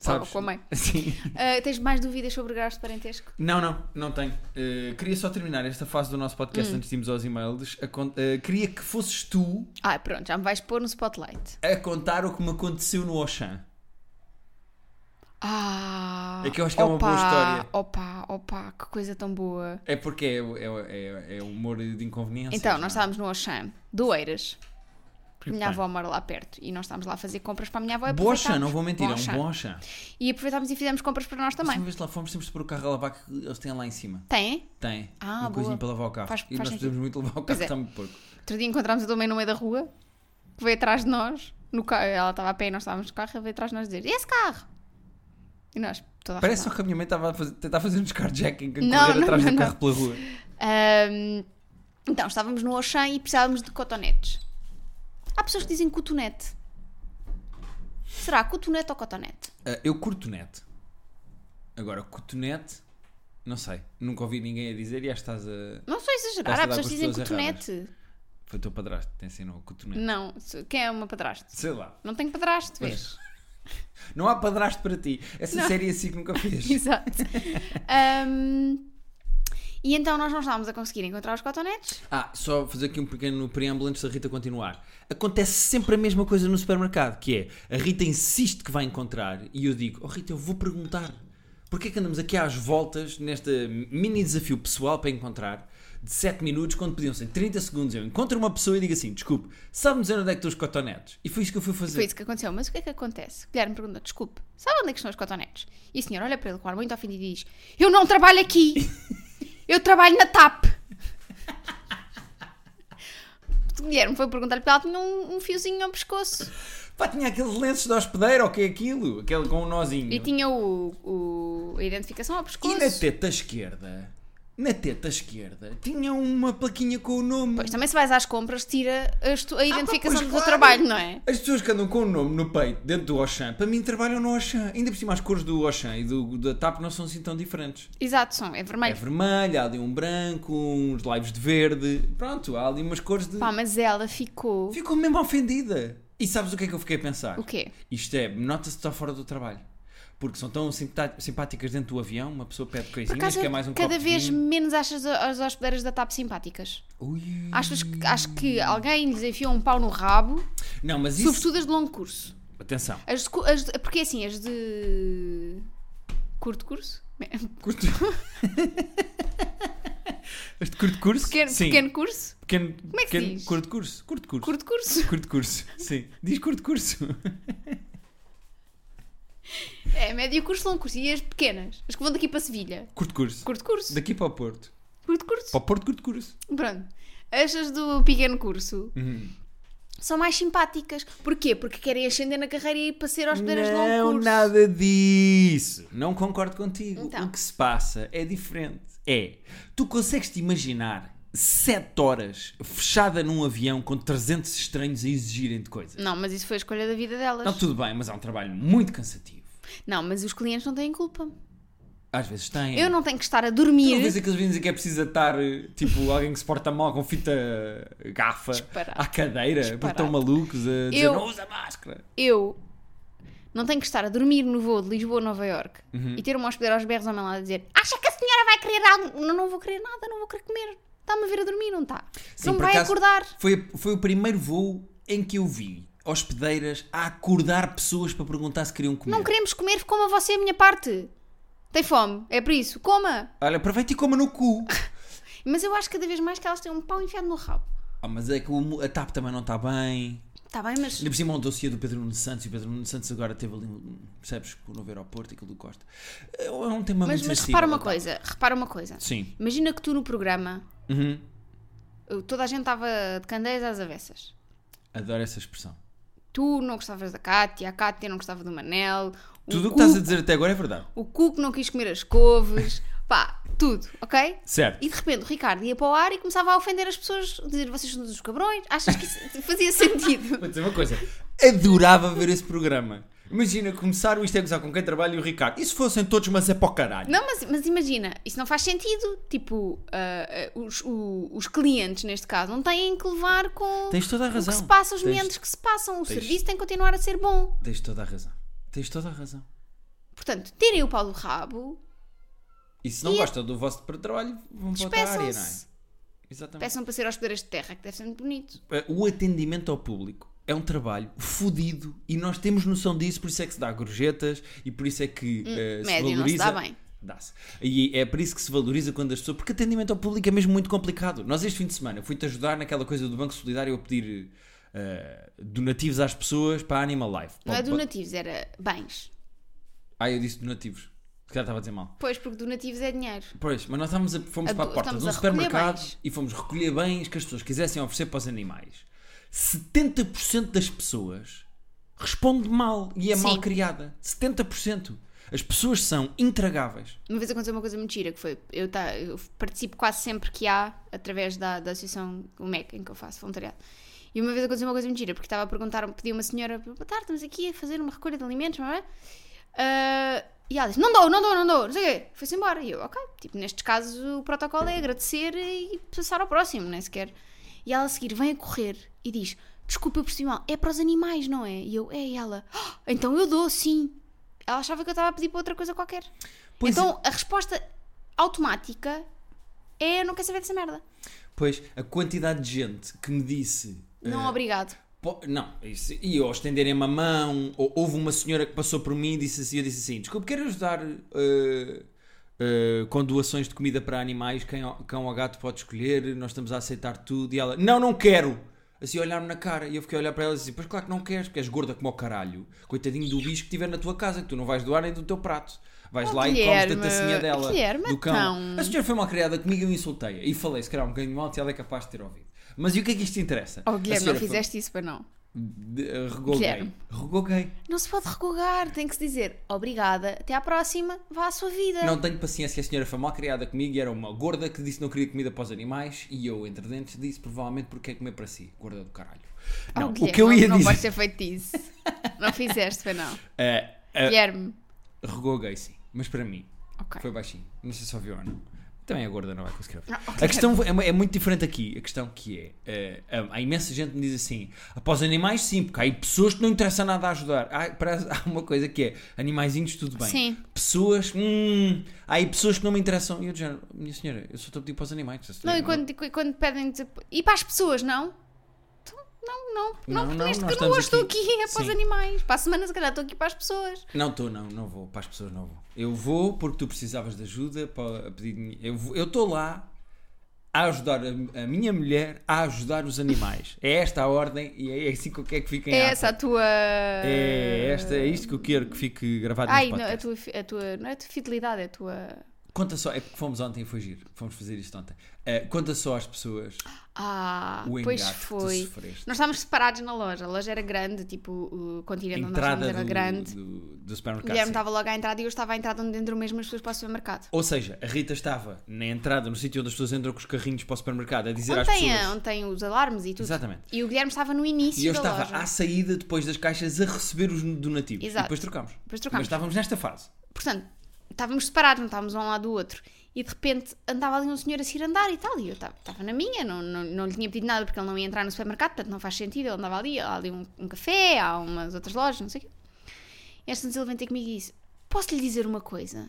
Speaker 1: Sabes?
Speaker 2: com a mãe.
Speaker 1: Sim.
Speaker 2: Ah, tens mais dúvidas sobre graus de parentesco?
Speaker 1: Não, não, não tenho. Uh, queria só terminar esta fase do nosso
Speaker 2: Hum.
Speaker 1: podcast antes de irmos aos e-mails. A con- uh, queria que fosses tu
Speaker 2: Ah, pronto, já me vais pôr no spotlight.
Speaker 1: a contar o que me aconteceu no Auchan.
Speaker 2: Ah!
Speaker 1: É que eu acho que é uma boa história.
Speaker 2: Opa, opa, que coisa tão boa.
Speaker 1: É porque é, é, é, é humor de inconveniência.
Speaker 2: então, nós estávamos no Auchan, do Eiras.
Speaker 1: Porque,
Speaker 2: Minha avó
Speaker 1: pá,
Speaker 2: mora lá perto e nós estávamos lá a fazer compras para a minha avó. e
Speaker 1: Bom Auchan,
Speaker 2: aproveitámos.
Speaker 1: não vou mentir, é um
Speaker 2: Auchan.
Speaker 1: bom Auchan.
Speaker 2: E aproveitámos e fizemos compras para nós
Speaker 1: Também.
Speaker 2: também.
Speaker 1: Uma vez que lá fomos, temos de pôr o carro a lavar que eles têm lá em cima.
Speaker 2: Tem?
Speaker 1: Tem.
Speaker 2: Ah,
Speaker 1: uma
Speaker 2: boa.
Speaker 1: coisinha para lavar o carro.
Speaker 2: Faz-
Speaker 1: e
Speaker 2: faz
Speaker 1: nós podemos muito lavar o carro,
Speaker 2: é.
Speaker 1: está muito pouco.
Speaker 2: Outro dia encontramos a tua mãe no meio da rua, que veio atrás de nós. No ca... Ela estava a pé e nós estávamos no carro, ela veio atrás de nós dizer: E esse carro? E nós, toda a
Speaker 1: Parece um
Speaker 2: razão.
Speaker 1: só que a minha mãe estava a fazer, tentar fazer uns carjacking a
Speaker 2: Não,
Speaker 1: correr
Speaker 2: não,
Speaker 1: atrás
Speaker 2: não,
Speaker 1: do
Speaker 2: não.
Speaker 1: carro pela rua.
Speaker 2: Ahm, então, estávamos no Auchan e precisávamos de cotonetes. Há pessoas que dizem cotonete. Será cotonete ou cotonete?
Speaker 1: Ah, eu curto net. Agora, cotonete, não sei. Nunca ouvi ninguém a dizer e acho que estás a.
Speaker 2: Não sou a exagerar,
Speaker 1: Estás a
Speaker 2: há
Speaker 1: dar
Speaker 2: pessoas
Speaker 1: com
Speaker 2: que
Speaker 1: as
Speaker 2: dizem
Speaker 1: pessoas
Speaker 2: cotonete.
Speaker 1: Foi o teu padrasto assim, que te ensinou cotonete.
Speaker 2: Não, se- quem é uma padrasto?
Speaker 1: Sei lá.
Speaker 2: Não tenho padrasto, vês?
Speaker 1: Não há padrasto para ti. Essa série assim que nunca fiz.
Speaker 2: Exato. Ahm, e então nós não estávamos a conseguir encontrar os cotonetes.
Speaker 1: Ah, só fazer aqui um pequeno preâmbulo antes da Rita continuar. Acontece sempre a mesma coisa no supermercado, que é a Rita insiste que vai encontrar e eu digo, oh Rita, eu vou perguntar. Porquê é que andamos aqui às voltas neste mini desafio pessoal para encontrar de 7 minutos, quando podiam ser 30 segundos? Eu encontro uma pessoa e digo assim, desculpe, sabe-me dizer onde é que estão os cotonetes? E foi isso que eu fui fazer.
Speaker 2: Foi isso que aconteceu. Mas o que é que acontece? O Guilherme pergunta: desculpe, sabe onde é que estão os cotonetes? E o senhor olha para ele com ar muito ofendido e diz: Eu não trabalho aqui! Eu trabalho na TAP! O Guilherme foi perguntar-lhe porque ela tinha um, um fiozinho ao pescoço.
Speaker 1: Pá, tinha aqueles lenços de hospedeiro, ou que é aquilo? Aquele com um nozinho.
Speaker 2: E tinha o, o- a identificação ao pescoço.
Speaker 1: E na teta esquerda, na teta esquerda, tinha uma plaquinha com o nome.
Speaker 2: Pois também se vais às compras, tira as tu- a identificação
Speaker 1: Ah, pois,
Speaker 2: do teu
Speaker 1: claro.
Speaker 2: trabalho, não é?
Speaker 1: As pessoas que andam com o nome no peito dentro do Auchan, para mim trabalham no Auchan. Ainda por cima as cores do Auchan e do, da TAP não são assim tão diferentes.
Speaker 2: Exato, são, é
Speaker 1: É
Speaker 2: vermelho.
Speaker 1: vermelho, há ali um branco, uns lives de verde. Pronto, há ali umas cores de.
Speaker 2: Pá, mas ela ficou.
Speaker 1: Ficou mesmo ofendida. E sabes o que é que eu fiquei a pensar?
Speaker 2: O quê?
Speaker 1: Isto é, nota-se que está fora do trabalho. Porque são tão simpá- simpáticas dentro do avião, uma pessoa pede
Speaker 2: Por
Speaker 1: coisinhas,
Speaker 2: acaso,
Speaker 1: quer mais um
Speaker 2: cada
Speaker 1: copo
Speaker 2: vez
Speaker 1: de vinho.
Speaker 2: menos achas as hospedeiras da TAP simpáticas.
Speaker 1: Ui.
Speaker 2: Achas que, acho que alguém lhes enfiou um pau no rabo,
Speaker 1: Não, mas isso...
Speaker 2: sobretudo as de longo curso.
Speaker 1: Atenção.
Speaker 2: As de cu- as de- porque assim, as de curto curso?
Speaker 1: Curto... este curto curso?
Speaker 2: Pequeno,
Speaker 1: Sim.
Speaker 2: pequeno curso?
Speaker 1: Pequeno-
Speaker 2: é que se
Speaker 1: pequeno-
Speaker 2: diz?
Speaker 1: Curto curso. Curto curso.
Speaker 2: Curto curso?
Speaker 1: Curto curso. Sim. Diz curto curso.
Speaker 2: É, médio curso, longo curso. E as pequenas? As que vão daqui para Sevilha?
Speaker 1: Curto curso.
Speaker 2: Curto curso?
Speaker 1: Daqui para o Porto.
Speaker 2: Curto curso?
Speaker 1: Para o Porto, curto curso.
Speaker 2: Pronto. Estas do pequeno curso
Speaker 1: Uhum.
Speaker 2: são mais simpáticas. Porquê? Porque querem ascender na carreira e ir para ser hospedeiras de longo
Speaker 1: Não,
Speaker 2: um curso.
Speaker 1: nada disso. Não concordo contigo.
Speaker 2: Então.
Speaker 1: O que se passa é diferente. É, tu consegues te imaginar 7 horas fechada num avião com 300 estranhos a exigirem-te coisas.
Speaker 2: Não, mas isso foi a escolha da vida delas.
Speaker 1: Não, tudo bem, mas é um trabalho muito cansativo.
Speaker 2: Não, mas os clientes não têm culpa.
Speaker 1: Às vezes tem.
Speaker 2: Eu não tenho que estar a
Speaker 1: Tu não
Speaker 2: dormir.
Speaker 1: vês aqueles vídeos em que é preciso atar, eh, tipo, alguém que se porta mal com fita eh, gafa
Speaker 2: Disparate.
Speaker 1: à cadeira, porque estão
Speaker 2: Disparate.
Speaker 1: malucos a dizer
Speaker 2: Eu-
Speaker 1: não usa máscara.
Speaker 2: Eu não tenho que estar a dormir no voo de Lisboa a Nova York
Speaker 1: Uhum.
Speaker 2: e ter uma hospedeira aos berros ao meu lado a dizer acha que a senhora vai querer algo? Não, não vou querer nada, não vou querer comer. Está-me a ver a dormir, não está?
Speaker 1: Sim,
Speaker 2: Não me
Speaker 1: por
Speaker 2: vai
Speaker 1: acaso,
Speaker 2: acordar.
Speaker 1: Foi, foi o primeiro voo em que eu vi hospedeiras a acordar pessoas para perguntar se queriam comer.
Speaker 2: Não queremos comer, coma você a minha parte. Tem fome, é por isso, coma.
Speaker 1: Olha, aproveita e coma no cu.
Speaker 2: Mas eu acho cada vez mais que elas têm um pau enfiado no rabo.
Speaker 1: Ah, mas é que o- a TAP também não está bem.
Speaker 2: Está bem, mas
Speaker 1: Ainda por cima, um dossiê do Pedro Nuno Santos e o Pedro Nuno Santos agora teve ali, um- percebes, com o novo aeroporto, aquilo do Costa. É um tema
Speaker 2: mas,
Speaker 1: muito
Speaker 2: mas
Speaker 1: sensível,
Speaker 2: repara uma
Speaker 1: tá?
Speaker 2: coisa, repara uma coisa.
Speaker 1: Sim.
Speaker 2: Imagina que tu no programa
Speaker 1: Uhum.
Speaker 2: eu- toda a gente estava de candeias às avessas.
Speaker 1: Adoro essa expressão.
Speaker 2: Tu não gostavas da Cátia, a Cátia não gostava do Manel. um o
Speaker 1: Tudo o que
Speaker 2: Cuco-
Speaker 1: estás a dizer até agora é verdade.
Speaker 2: O Cuco não quis comer as couves, pá, tudo, ok?
Speaker 1: Certo.
Speaker 2: E de repente o Ricardo ia para o ar e começava a ofender as pessoas, dizer vocês são dos cabrões, achas que isso fazia sentido?
Speaker 1: Vou dizer uma coisa. Adorava ver esse programa. Imagina começar o Isto é Gozar com quem trabalha e o Ricardo. E se fossem todos, mas é para o caralho.
Speaker 2: Não, mas, mas imagina, isso não faz sentido. Tipo, ah, ah, os, o- os clientes, neste caso, não têm que levar com
Speaker 1: Tens toda a
Speaker 2: o que
Speaker 1: razão.
Speaker 2: se passa, os
Speaker 1: Tens-
Speaker 2: momentos que se passam, o
Speaker 1: tens-
Speaker 2: serviço tem que continuar a ser bom.
Speaker 1: Tens toda a razão. Tens toda a razão.
Speaker 2: Portanto, tirem o pau do rabo,
Speaker 1: E se não gostam do vosso trabalho, vão para outra área, não é?
Speaker 2: é- despeçam-se.
Speaker 1: Exatamente.
Speaker 2: Peçam para ser hospedeiras de terra, que deve ser muito bonito.
Speaker 1: Eh, O atendimento ao público é um trabalho fodido e nós temos noção disso, por isso é que se dá gorjetas e por isso é que eh, se
Speaker 2: médio,
Speaker 1: valoriza.
Speaker 2: Hum, não se dá bem.
Speaker 1: Dá-se. E é por isso que se valoriza quando as pessoas. Porque atendimento ao público é mesmo muito complicado. Nós, este fim de semana, fui-te ajudar naquela coisa do Banco Solidário a pedir eh, donativos às pessoas para a Animal Life.
Speaker 2: Não é
Speaker 1: Para o ba-
Speaker 2: donativos, era bens.
Speaker 1: Ah, eu disse donativos. Se calhar estava a dizer mal.
Speaker 2: Pois, porque donativos é dinheiro.
Speaker 1: Pois, mas nós estávamos a- fomos
Speaker 2: A
Speaker 1: para a
Speaker 2: do-
Speaker 1: porta de
Speaker 2: estamos
Speaker 1: um
Speaker 2: a recolher
Speaker 1: supermercado
Speaker 2: bens.
Speaker 1: e fomos recolher bens que as pessoas quisessem oferecer para os animais. 70% das pessoas responde mal e é
Speaker 2: Sim.
Speaker 1: mal criada. 70%. As pessoas são intragáveis.
Speaker 2: Uma vez aconteceu uma coisa muito gira, que foi, eu, tá, eu participo quase sempre que há, através da, da associação, o MEC, em que eu faço voluntariado. E uma vez aconteceu uma coisa muito gira, porque estava a perguntar, pedi a uma senhora, boa tarde, estamos aqui a fazer uma recolha de alimentos, não é? Ah, e ela disse, não dou, não dou, não dou, não sei o quê. Foi-se embora. E eu, ok, tipo, nestes casos o protocolo é agradecer e passar ao próximo, nem sequer. E ela a seguir vem a correr e diz, desculpa, eu percebi mal, é para os animais, não é? E eu, é, e ela, "Ah, então eu dou, sim. Ela achava que eu estava a pedir para outra coisa qualquer
Speaker 1: Pois
Speaker 2: então a resposta automática é eu não quero saber dessa merda.
Speaker 1: Pois, a quantidade de gente que me disse.
Speaker 2: Não, obrigado.
Speaker 1: "Po- Não, isso, e ou estenderem-me a mão, ou houve uma senhora que passou por mim e disse assim: Eu disse assim, desculpe, quero ajudar eh, eh, com doações de comida para animais, quem, ao- cão ou gato pode escolher, nós estamos a aceitar tudo. E ela: Não, não quero! Assim, olhar-me na cara. E eu fiquei a olhar para ela e disse: assim, Pois claro que não queres, porque és gorda como o caralho. Coitadinho do bicho que tiver na tua casa, que tu não vais doar nem do teu prato. Vais
Speaker 2: Oh,
Speaker 1: lá e comes
Speaker 2: Guilherme,
Speaker 1: da tacinha dela.
Speaker 2: Guilherme,
Speaker 1: do cão.
Speaker 2: então.
Speaker 1: A senhora foi mal criada comigo e eu insultei-a. E falei, se calhar um bocadinho mal, se ela é capaz de ter ouvido. Mas e o que é que isto interessa?
Speaker 2: Oh,
Speaker 1: A
Speaker 2: Guilherme, não
Speaker 1: senhora foi-
Speaker 2: fizeste isso para não.
Speaker 1: de- eh, Regou gay.
Speaker 2: Guilherme.
Speaker 1: Regou gay.
Speaker 2: Não se pode regogar, tem que se dizer obrigada, até à próxima, vá à sua vida.
Speaker 1: Não tenho paciência, a senhora foi mal criada comigo e era uma gorda que disse que não queria comida para os animais e eu, entre dentes, disse provavelmente porque é comer para si. Gorda do caralho.
Speaker 2: Oh,
Speaker 1: Não, o
Speaker 2: Guilherme,
Speaker 1: que eu ia
Speaker 2: não, Não podes
Speaker 1: dizer...
Speaker 2: ter feito isso. não fizeste para não.
Speaker 1: Eh,
Speaker 2: Guilherme.
Speaker 1: regou gay, sim. Mas para mim,
Speaker 2: Ok.
Speaker 1: foi baixinho. Não sei se ouviu ou não. Também a gorda não vai conseguir ouvir. A questão é, é muito diferente aqui. A questão que é, eh, há imensa gente que me diz assim, após animais sim, porque há aí pessoas que não interessa nada a ajudar. Há, parece- há uma coisa que é, animaizinhos tudo bem.
Speaker 2: Sim.
Speaker 1: Pessoas, hum, há aí pessoas que não me interessam. E eu do género, minha senhora, eu só estou a pedir para os animais. se a
Speaker 2: Não,
Speaker 1: senhora
Speaker 2: e quando, e quando pedem dizer, e para as pessoas, não? Então, Não, não,
Speaker 1: Não,
Speaker 2: não,
Speaker 1: não,
Speaker 2: porque neste
Speaker 1: nós
Speaker 2: que eu
Speaker 1: estamos
Speaker 2: não hoje estou
Speaker 1: aqui.
Speaker 2: aqui, é para os
Speaker 1: Sim.
Speaker 2: animais. Para a semana, se calhar, estou aqui para as pessoas.
Speaker 1: Não estou, não, não vou. Para as pessoas não vou. Eu vou porque tu precisavas de ajuda para pedir dinhe- Eu vou- eu estou lá a ajudar a, a minha mulher a ajudar os animais. É esta a ordem e é assim que eu quero que fiquem
Speaker 2: é essa a tua.
Speaker 1: É esta, é isto que eu quero que fique gravado
Speaker 2: Ai,
Speaker 1: no
Speaker 2: não, a
Speaker 1: podcast.
Speaker 2: tua, fi- a tua. Não é a tua fidelidade, é a tua.
Speaker 1: Conta só, é porque fomos ontem e foi giro. Fomos fazer isto ontem. Eh, conta só às pessoas
Speaker 2: Ah,
Speaker 1: o
Speaker 2: pois
Speaker 1: engate que tu
Speaker 2: foi.
Speaker 1: sofreste.
Speaker 2: Nós estávamos separados na loja. A loja era grande, tipo, o continente onde nós estávamos
Speaker 1: entrada
Speaker 2: era
Speaker 1: do,
Speaker 2: grande.
Speaker 1: do, do
Speaker 2: O
Speaker 1: supermercado.
Speaker 2: Guilherme
Speaker 1: sim.
Speaker 2: estava logo à entrada e eu estava à entrada onde entram mesmo as pessoas para o supermercado.
Speaker 1: Ou seja, a Rita estava na entrada, no sítio onde as pessoas entram com os carrinhos para o supermercado, a dizer
Speaker 2: Onde
Speaker 1: às
Speaker 2: tem,
Speaker 1: pessoas.
Speaker 2: a- onde tem os alarmes e tudo.
Speaker 1: Exatamente.
Speaker 2: E o Guilherme estava no início
Speaker 1: E eu
Speaker 2: da
Speaker 1: estava
Speaker 2: loja.
Speaker 1: à saída depois das caixas a receber os donativos. E
Speaker 2: Exato.
Speaker 1: depois trocámos.
Speaker 2: Depois trocámos.
Speaker 1: Mas estávamos nesta fase.
Speaker 2: portanto, estávamos separados, não estávamos um lado do outro. E de repente andava ali um senhor a se ir andar e tal. E eu estava- estava na minha, não, não, não lhe tinha pedido nada porque ele não ia entrar no supermercado, portanto não faz sentido. Ele andava ali, há ali um, um café, há umas outras lojas, não sei o quê. E às tantas ele vem ter comigo e disse: Posso lhe dizer uma coisa?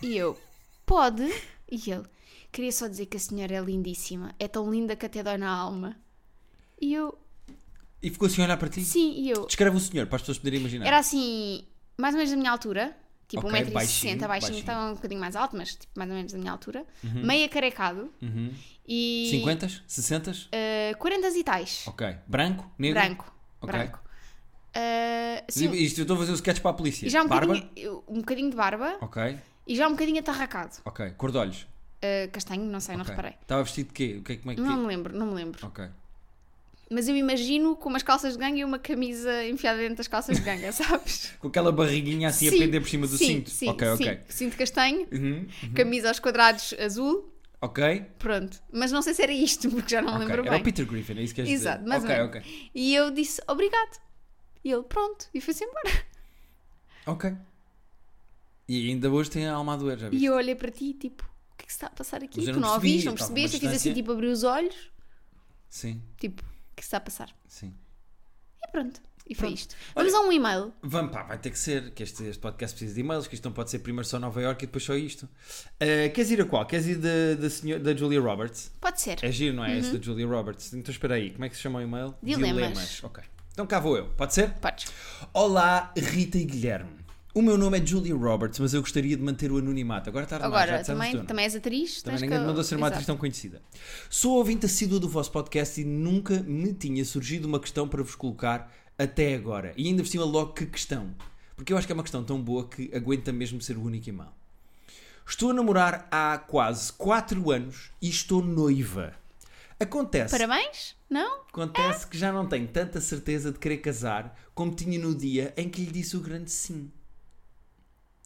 Speaker 2: E eu: Pode? E ele: Queria só dizer que a senhora é lindíssima, é tão linda que até dói na alma. E eu:
Speaker 1: E ficou assim a olhar para ti.
Speaker 2: Sim, e eu:
Speaker 1: Descreve o senhor, para as pessoas poderem imaginar.
Speaker 2: era assim, mais ou menos da minha altura, tipo
Speaker 1: É. Ok,
Speaker 2: 1,60m,
Speaker 1: baixinho,
Speaker 2: baixinho,
Speaker 1: baixinho.
Speaker 2: baixinho. estava um bocadinho mais alto, mas tipo, mais ou menos da minha altura, meio acarecado
Speaker 1: Uhum.
Speaker 2: e.
Speaker 1: 50? 60?
Speaker 2: eh, 40 e tais.
Speaker 1: Ok. Branco? Negro?
Speaker 2: Branco.
Speaker 1: Ok.
Speaker 2: Branco. Eh, sim,
Speaker 1: E Isto eu estou a fazer o sketch para a polícia.
Speaker 2: e já um
Speaker 1: Barba?
Speaker 2: bocadinho, eu- um bocadinho de barba
Speaker 1: Ok,
Speaker 2: e já um bocadinho atarracado.
Speaker 1: ok. Cor de olhos.
Speaker 2: Eh, castanho, não sei, não
Speaker 1: Ok.
Speaker 2: reparei.
Speaker 1: Estava vestido de quê? O que é como é que.
Speaker 2: Não me lembro, não me lembro.
Speaker 1: Ok.
Speaker 2: Mas eu imagino com umas calças de ganga e uma camisa enfiada dentro das calças de ganga, sabes?
Speaker 1: Com aquela barriguinha assim a
Speaker 2: Sim,
Speaker 1: pender por cima do
Speaker 2: sim,
Speaker 1: cinto.
Speaker 2: Sim,
Speaker 1: ok,
Speaker 2: sim.
Speaker 1: ok.
Speaker 2: Cinto castanho,
Speaker 1: Uhum.
Speaker 2: camisa aos quadrados azul,
Speaker 1: Ok.
Speaker 2: Pronto, mas não sei se era isto, porque já não me
Speaker 1: ok.
Speaker 2: lembro
Speaker 1: Era o
Speaker 2: bem.
Speaker 1: Peter Griffin, é isso que és dizer.
Speaker 2: Exato, mas
Speaker 1: Ok, ok.
Speaker 2: E eu disse obrigado. E ele, pronto, e foi-se embora.
Speaker 1: Ok. E ainda hoje tem a alma a doer, já
Speaker 2: E
Speaker 1: viste?
Speaker 2: eu olhei para ti, tipo, o que é que se está a passar aqui?
Speaker 1: Mas eu
Speaker 2: tu
Speaker 1: não
Speaker 2: não
Speaker 1: percebi,
Speaker 2: ouviste, não
Speaker 1: estava a uma
Speaker 2: percebeste, eu fiz assim,
Speaker 1: distância.
Speaker 2: tipo, abri os olhos,
Speaker 1: Sim,
Speaker 2: tipo, o que é que se está a passar?
Speaker 1: sim.
Speaker 2: E pronto, e foi
Speaker 1: Pronto.
Speaker 2: isto. Vamos a um e-mail.
Speaker 1: Vamos, pá, vai ter que ser, que este, este podcast precisa de e-mails, que isto não pode ser primeiro só Nova Iorque e depois só isto. Ah, queres ir a qual? Queres ir da, da, senhor- da Julia Roberts?
Speaker 2: Pode ser.
Speaker 1: É giro, não é? Esse da Julia Roberts. Então espera aí, como é que se chama o e-mail?
Speaker 2: Uhum. Dilemas.
Speaker 1: Ok. Então cá vou eu, pode ser?
Speaker 2: Podes.
Speaker 1: Olá, Rita e Guilherme. O meu nome é Julia Roberts, mas eu gostaria de manter o anonimato. Agora está a arrumar, já
Speaker 2: Agora,
Speaker 1: dissemos é? o teu
Speaker 2: também,
Speaker 1: nome.
Speaker 2: também és atriz.
Speaker 1: Também
Speaker 2: tens
Speaker 1: ninguém
Speaker 2: que-
Speaker 1: me mandou ser uma
Speaker 2: Exato.
Speaker 1: atriz tão conhecida. Sou ouvinte assídua do vosso podcast e nunca me tinha surgido uma questão para vos colocar até agora. E ainda por cima, logo que questão. Porque eu acho que é uma questão tão boa que aguenta mesmo ser o único irmão. Estou a namorar há quase 4 anos e estou noiva. Acontece.
Speaker 2: Parabéns? Não?
Speaker 1: Acontece que já não tenho tanta certeza de querer casar como tinha no dia em que lhe disse o grande sim.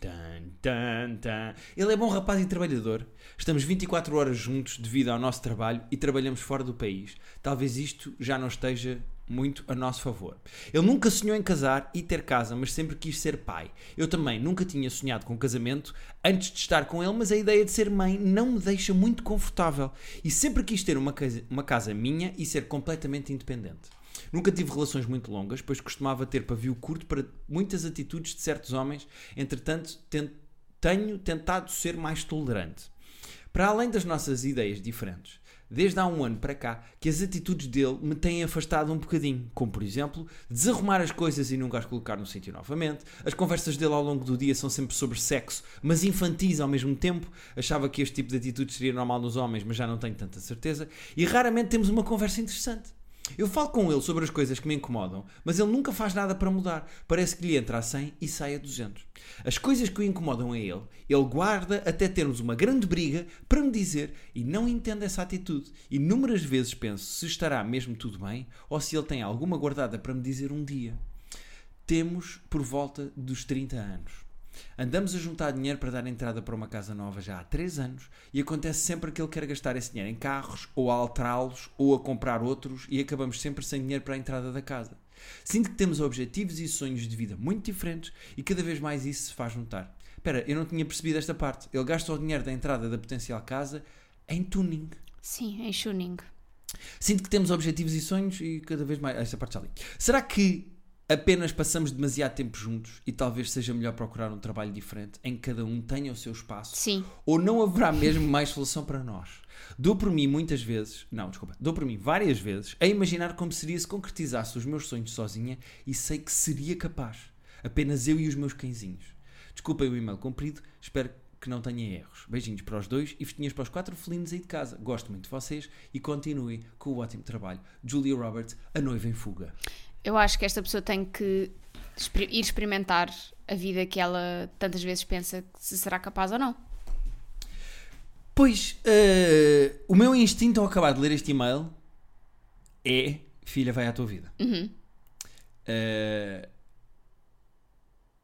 Speaker 1: Tan, tan, tan. Ele é bom rapaz e trabalhador. Estamos 24 horas juntos devido ao nosso trabalho e trabalhamos fora do país. Talvez isto já não esteja muito a nosso favor. Ele nunca sonhou em casar e ter casa, mas sempre quis ser pai. Eu também nunca tinha sonhado com casamento antes de estar com ele, mas a ideia de ser mãe não me deixa muito confortável. E sempre quis ter uma casa, uma casa minha e ser completamente independente. Nunca tive relações muito longas, pois costumava ter pavio curto para muitas atitudes de certos homens, entretanto, ten- tenho tentado ser mais tolerante. Para além das nossas ideias diferentes, desde há um ano para cá que as atitudes dele me têm afastado um bocadinho, como por exemplo, desarrumar as coisas e nunca as colocar no sítio novamente. As conversas dele ao longo do dia são sempre sobre sexo, mas infantis ao mesmo tempo. Achava que este tipo de atitude seria normal nos homens, mas já não tenho tanta certeza. E raramente temos uma conversa interessante. Eu falo com ele sobre as coisas que me incomodam, mas ele nunca faz nada para mudar. Parece que lhe entra a 100 e sai a 200. As coisas que o incomodam a ele, ele guarda até termos uma grande briga para me dizer e não entendo essa atitude. Inúmeras vezes penso se estará mesmo tudo bem ou se ele tem alguma guardada para me dizer um dia. Temos por volta dos 30 anos. Andamos a juntar dinheiro para dar entrada para uma casa nova já há 3 anos e acontece sempre que ele quer gastar esse dinheiro em carros ou a alterá-los ou a comprar outros e acabamos sempre sem dinheiro para a entrada da casa. Sinto que temos objetivos e sonhos de vida muito diferentes e cada vez mais isso se faz notar. Espera, eu não tinha percebido esta parte. Ele gasta o dinheiro da entrada da potencial casa em tuning.
Speaker 2: Sim, em Shuning.
Speaker 1: Sinto que temos objetivos e sonhos e cada vez mais. Esta parte já li. Será que apenas passamos demasiado tempo juntos e talvez seja melhor procurar um trabalho diferente em que cada um tenha o seu espaço?
Speaker 2: Sim.
Speaker 1: Ou não haverá mesmo mais solução para nós? Dou por mim muitas vezes, não, desculpa, dou por mim várias vezes a imaginar como seria se concretizasse os meus sonhos sozinha e sei que seria capaz. Apenas eu e os meus cãezinhos. Desculpem o e-mail comprido, espero que não tenha erros. Beijinhos para os dois e festinhas para os quatro felinos aí de casa. Gosto muito de vocês e continuem com o ótimo trabalho. Julia Roberts, a noiva em fuga.
Speaker 2: Eu acho que esta pessoa tem que exper- ir experimentar a vida que ela tantas vezes pensa que se será capaz ou não.
Speaker 1: Pois, eh, o meu instinto ao acabar de ler este e-mail é: filha, vai à tua vida.
Speaker 2: Uhum.
Speaker 1: Eh,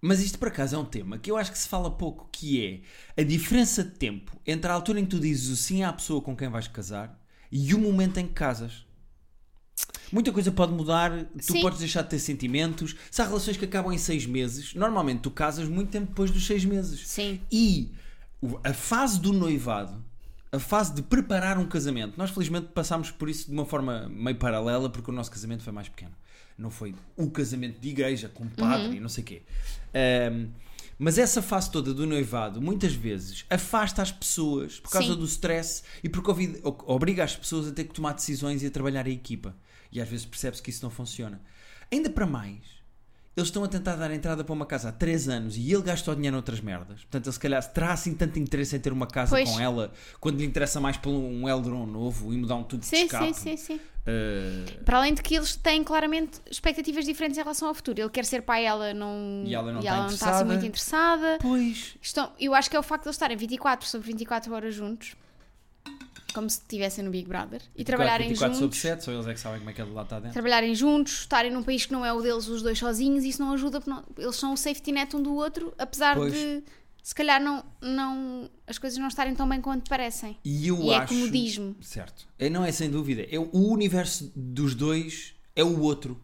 Speaker 1: mas isto por acaso é um tema que eu acho que se fala pouco, que é a diferença de tempo entre a altura em que tu dizes o sim à pessoa com quem vais casar e o momento em que casas. Muita coisa pode mudar, tu
Speaker 2: Sim.
Speaker 1: podes deixar de ter sentimentos. Se há relações que acabam em seis meses, normalmente tu casas muito tempo depois dos seis meses.
Speaker 2: Sim.
Speaker 1: E o- a fase do noivado, a fase de preparar um casamento, nós felizmente passámos por isso de uma forma meio paralela, porque o nosso casamento foi mais pequeno. Não foi o casamento de igreja, com
Speaker 2: Uhum.
Speaker 1: padre e não sei o quê. Ahm, mas essa fase toda do noivado, muitas vezes, afasta as pessoas por causa
Speaker 2: Sim.
Speaker 1: do stress e porque ovi- o- obriga as pessoas a ter que tomar decisões e a trabalhar a equipa. E às vezes percebe-se que isso não funciona. Ainda para mais, eles estão a tentar dar entrada para uma casa há 3 anos e ele gastou dinheiro noutras merdas. Portanto, ele se calhar terá assim tanto interesse em ter uma casa
Speaker 2: Pois.
Speaker 1: com ela quando lhe interessa mais por um Eldron novo e mudar um tubo de
Speaker 2: Sim,
Speaker 1: escape.
Speaker 2: sim, sim, sim.
Speaker 1: Eh,
Speaker 2: Para além de que eles têm claramente expectativas diferentes em relação ao futuro. Ele quer ser pai, ela não,
Speaker 1: E ela não está
Speaker 2: está assim
Speaker 1: interessada.
Speaker 2: muito interessada.
Speaker 1: pois,
Speaker 2: Estão, eu acho que é o facto de eles estarem 24 sobre 24 horas juntos, como se estivessem no Big Brother, e trabalharem
Speaker 1: 24 sobre
Speaker 2: juntos.
Speaker 1: 7, só eles é que sabem como é que ele lá está dentro.
Speaker 2: Trabalharem juntos, estarem num país que não é o deles, os dois sozinhos, isso não ajuda, porque não- eles são o safety net um do outro, apesar
Speaker 1: Pois.
Speaker 2: de se calhar não, não, as coisas não estarem tão bem quanto parecem.
Speaker 1: E eu
Speaker 2: E é
Speaker 1: acho.
Speaker 2: comodismo.
Speaker 1: Certo. É, não é sem dúvida. É, o o universo dos dois é o outro.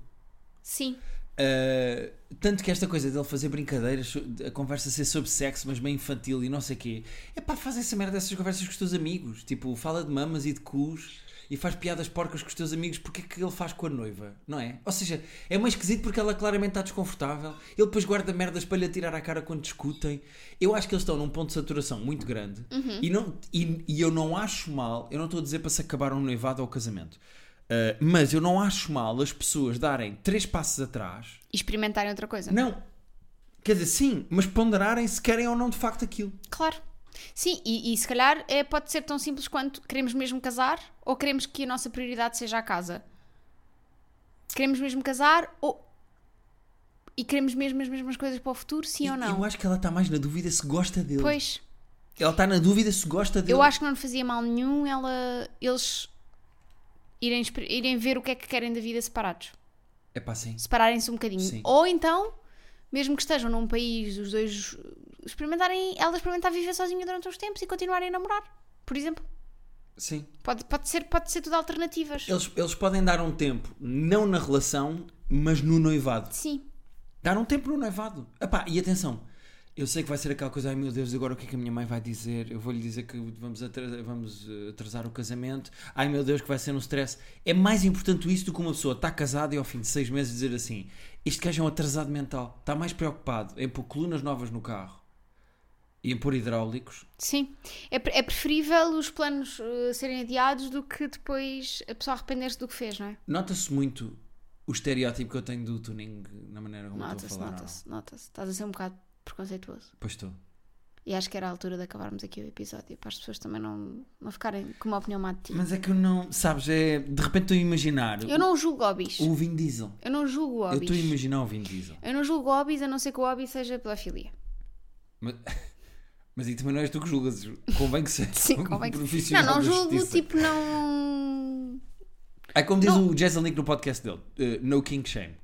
Speaker 2: Sim,
Speaker 1: Uh, tanto que esta coisa dele fazer brincadeiras, so- a conversa ser sobre sexo, mas bem infantil e não sei quê, é pá, faz essa merda dessas conversas com os teus amigos. Tipo, fala de mamas e de cus e faz piadas porcas com os teus amigos, porque é que ele faz com a noiva, não é? Ou seja, é meio esquisito porque ela claramente está desconfortável, ele depois guarda merdas para lhe atirar à cara quando discutem. Eu acho que eles estão num ponto de saturação muito grande e, não, e, e eu não acho mal, eu não estou a dizer para se acabar um noivado ou casamento. Uh, mas eu não acho mal as pessoas darem três passos atrás.
Speaker 2: e experimentarem outra coisa.
Speaker 1: Não. Quer dizer, sim, mas ponderarem se querem ou não de facto aquilo.
Speaker 2: Claro. Sim, e, e se calhar é, pode ser tão simples quanto queremos mesmo casar ou queremos que a nossa prioridade seja a casa. Queremos mesmo casar ou. E queremos mesmo as mesmas coisas para o futuro, sim ou
Speaker 1: E-
Speaker 2: não?
Speaker 1: Eu acho que ela está mais na dúvida se gosta dele.
Speaker 2: Pois,
Speaker 1: Ela está na dúvida se gosta dele.
Speaker 2: eu acho que não lhe fazia mal nenhum ela, eles irem, exper- irem ver o que é que querem da vida separados.
Speaker 1: É pá, sim.
Speaker 2: Separarem-se um bocadinho.
Speaker 1: Sim.
Speaker 2: Ou então, mesmo que estejam num país, os dois experimentarem, ela experimentar viver sozinha durante uns tempos e continuarem a namorar, por exemplo.
Speaker 1: Sim.
Speaker 2: Pode, pode, ser, pode ser tudo alternativas.
Speaker 1: Eles, eles podem dar um tempo, não na relação, mas no noivado.
Speaker 2: Sim.
Speaker 1: Dar um tempo no noivado. Epá, e atenção, eu sei que vai ser aquela coisa, ai meu Deus, agora o que é que a minha mãe vai dizer? Eu vou-lhe dizer que vamos atrasar, vamos eh, atrasar o casamento. Ai meu Deus, que vai ser um stress. É mais importante isso do que uma pessoa estar casada e ao fim de seis meses dizer assim: este gajo é um atrasado mental, está mais preocupado em pôr colunas novas no carro e em pôr hidráulicos.
Speaker 2: Sim. É, pre- é preferível os planos eh, serem adiados do que depois a pessoa arrepender-se do que fez, não é?
Speaker 1: Nota-se muito o estereótipo que eu tenho do tuning na maneira como eu estou a
Speaker 2: Nota-se,
Speaker 1: falar. não?
Speaker 2: nota-se, nota-se. Estás a ser um bocado preconceituoso.
Speaker 1: Pois estou.
Speaker 2: E acho que era a altura de acabarmos aqui o episódio para as pessoas também não, não ficarem com uma opinião má de ti.
Speaker 1: Mas é que eu não, sabes, é, de repente estou a imaginar
Speaker 2: Eu não julgo hobbies.
Speaker 1: o Vin Diesel.
Speaker 2: Eu não julgo
Speaker 1: Eu estou a
Speaker 2: hobbies.
Speaker 1: imaginar o Vin Diesel.
Speaker 2: Eu não julgo hobbies a não ser que o hobby seja pedofilia.
Speaker 1: Mas, mas aí também não és tu que julgas. Convém que seja
Speaker 2: Sim,
Speaker 1: um
Speaker 2: convém que Não,
Speaker 1: profissional
Speaker 2: não
Speaker 1: da
Speaker 2: julgo,
Speaker 1: justiça.
Speaker 2: tipo, não.
Speaker 1: É como diz o Jason Link no podcast dele: eh, No King Shame.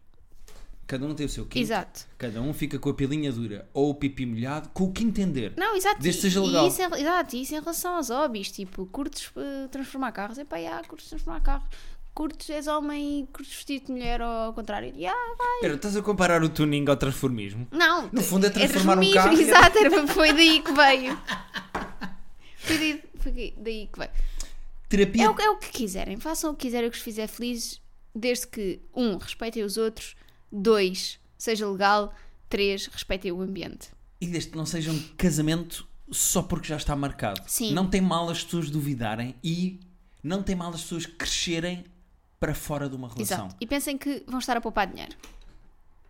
Speaker 1: Cada um tem o seu kink.
Speaker 2: Exato.
Speaker 1: Cada um fica com a pilinha dura ou o pipi molhado, com o que entender.
Speaker 2: Não, exato.
Speaker 1: Desde que
Speaker 2: e-
Speaker 1: seja
Speaker 2: e
Speaker 1: legal.
Speaker 2: isso em- exato, e isso em relação aos hobbies, tipo, curtes eh, transformar carros, é pá, já, curtes transformar carros. curtes, és homem e curtes vestir de mulher ou ao contrário. Ya, vai.
Speaker 1: Pera, estás a comparar o tuning ao transformismo?
Speaker 2: Não,
Speaker 1: No fundo é transformar um
Speaker 2: transformismo,
Speaker 1: carro em-
Speaker 2: Exato, era- foi daí que veio. Foi daí, foi daí que veio.
Speaker 1: Terapia.
Speaker 2: É o, é o que quiserem, façam o que quiserem, o que os fizer felizes, desde que, um, respeitem os outros, dois, seja legal, três, respeitem o ambiente.
Speaker 1: E desde que não seja um casamento só porque já está marcado.
Speaker 2: Sim.
Speaker 1: Não tem mal as pessoas duvidarem e não tem mal as pessoas crescerem para fora de uma relação.
Speaker 2: Exato. E pensem que vão estar a poupar dinheiro.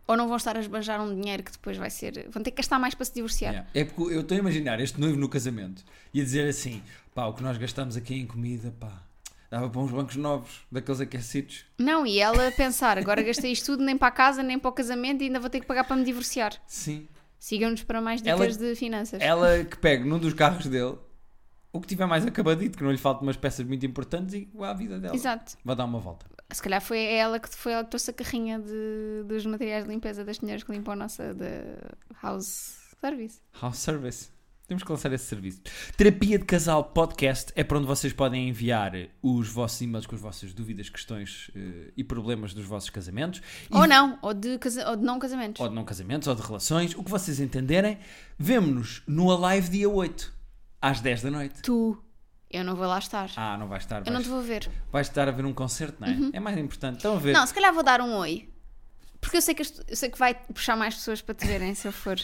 Speaker 2: Ou não vão estar a esbanjar um dinheiro que depois vai ser. Vão ter que gastar mais para se divorciar.
Speaker 1: Yeah. É porque eu estou a imaginar este noivo no casamento e a dizer assim: pá, o que nós gastamos aqui em comida, pá, dava para uns bancos novos, daqueles aquecidos.
Speaker 2: Não, e ela a pensar, agora gastei isto tudo nem para a casa, nem para o casamento e ainda vou ter que pagar para me divorciar.
Speaker 1: Sim.
Speaker 2: Sigam-nos para mais
Speaker 1: Ela-
Speaker 2: dicas de finanças.
Speaker 1: Ela que pega num dos carros dele, o que tiver mais acabadito, que não lhe falte umas peças muito importantes e vá à vida dela.
Speaker 2: Exato.
Speaker 1: Vai dar uma volta.
Speaker 2: Se calhar foi ela que foi ela que trouxe a carrinha de- dos materiais de limpeza das senhoras que limpam a nossa da house service.
Speaker 1: House Service. Temos que lançar esse serviço. Terapia de Casal Podcast é para onde vocês podem enviar os vossos e-mails com as vossas dúvidas, questões eh, e problemas dos vossos casamentos. E-
Speaker 2: Ou não, ou de, casa- ou de não casamentos.
Speaker 1: ou de não casamentos, ou de relações, o que vocês entenderem. Vemo-nos no Alive dia 8, às 10 da noite.
Speaker 2: Tu, eu não vou lá estar.
Speaker 1: Ah, não vais estar.
Speaker 2: eu não
Speaker 1: Vais,
Speaker 2: te vou ver.
Speaker 1: vais estar a ver um concerto, não é? É mais importante. Estão a ver.
Speaker 2: Não, se calhar vou dar um oi. Porque eu sei que, as- eu sei que vai puxar mais pessoas para te verem se eu for.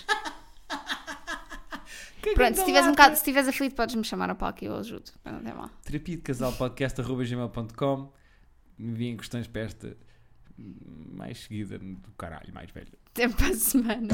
Speaker 2: Pronto, se estiveres um bocado, se estiveres aflito, podes-me chamar ao palco e eu ajudo. Mas Não tem mal.
Speaker 1: Terapia de Casal Podcast, arroba gmail.com. Enviem questões para esta mais seguida do caralho, mais velha.
Speaker 2: Até para a semana.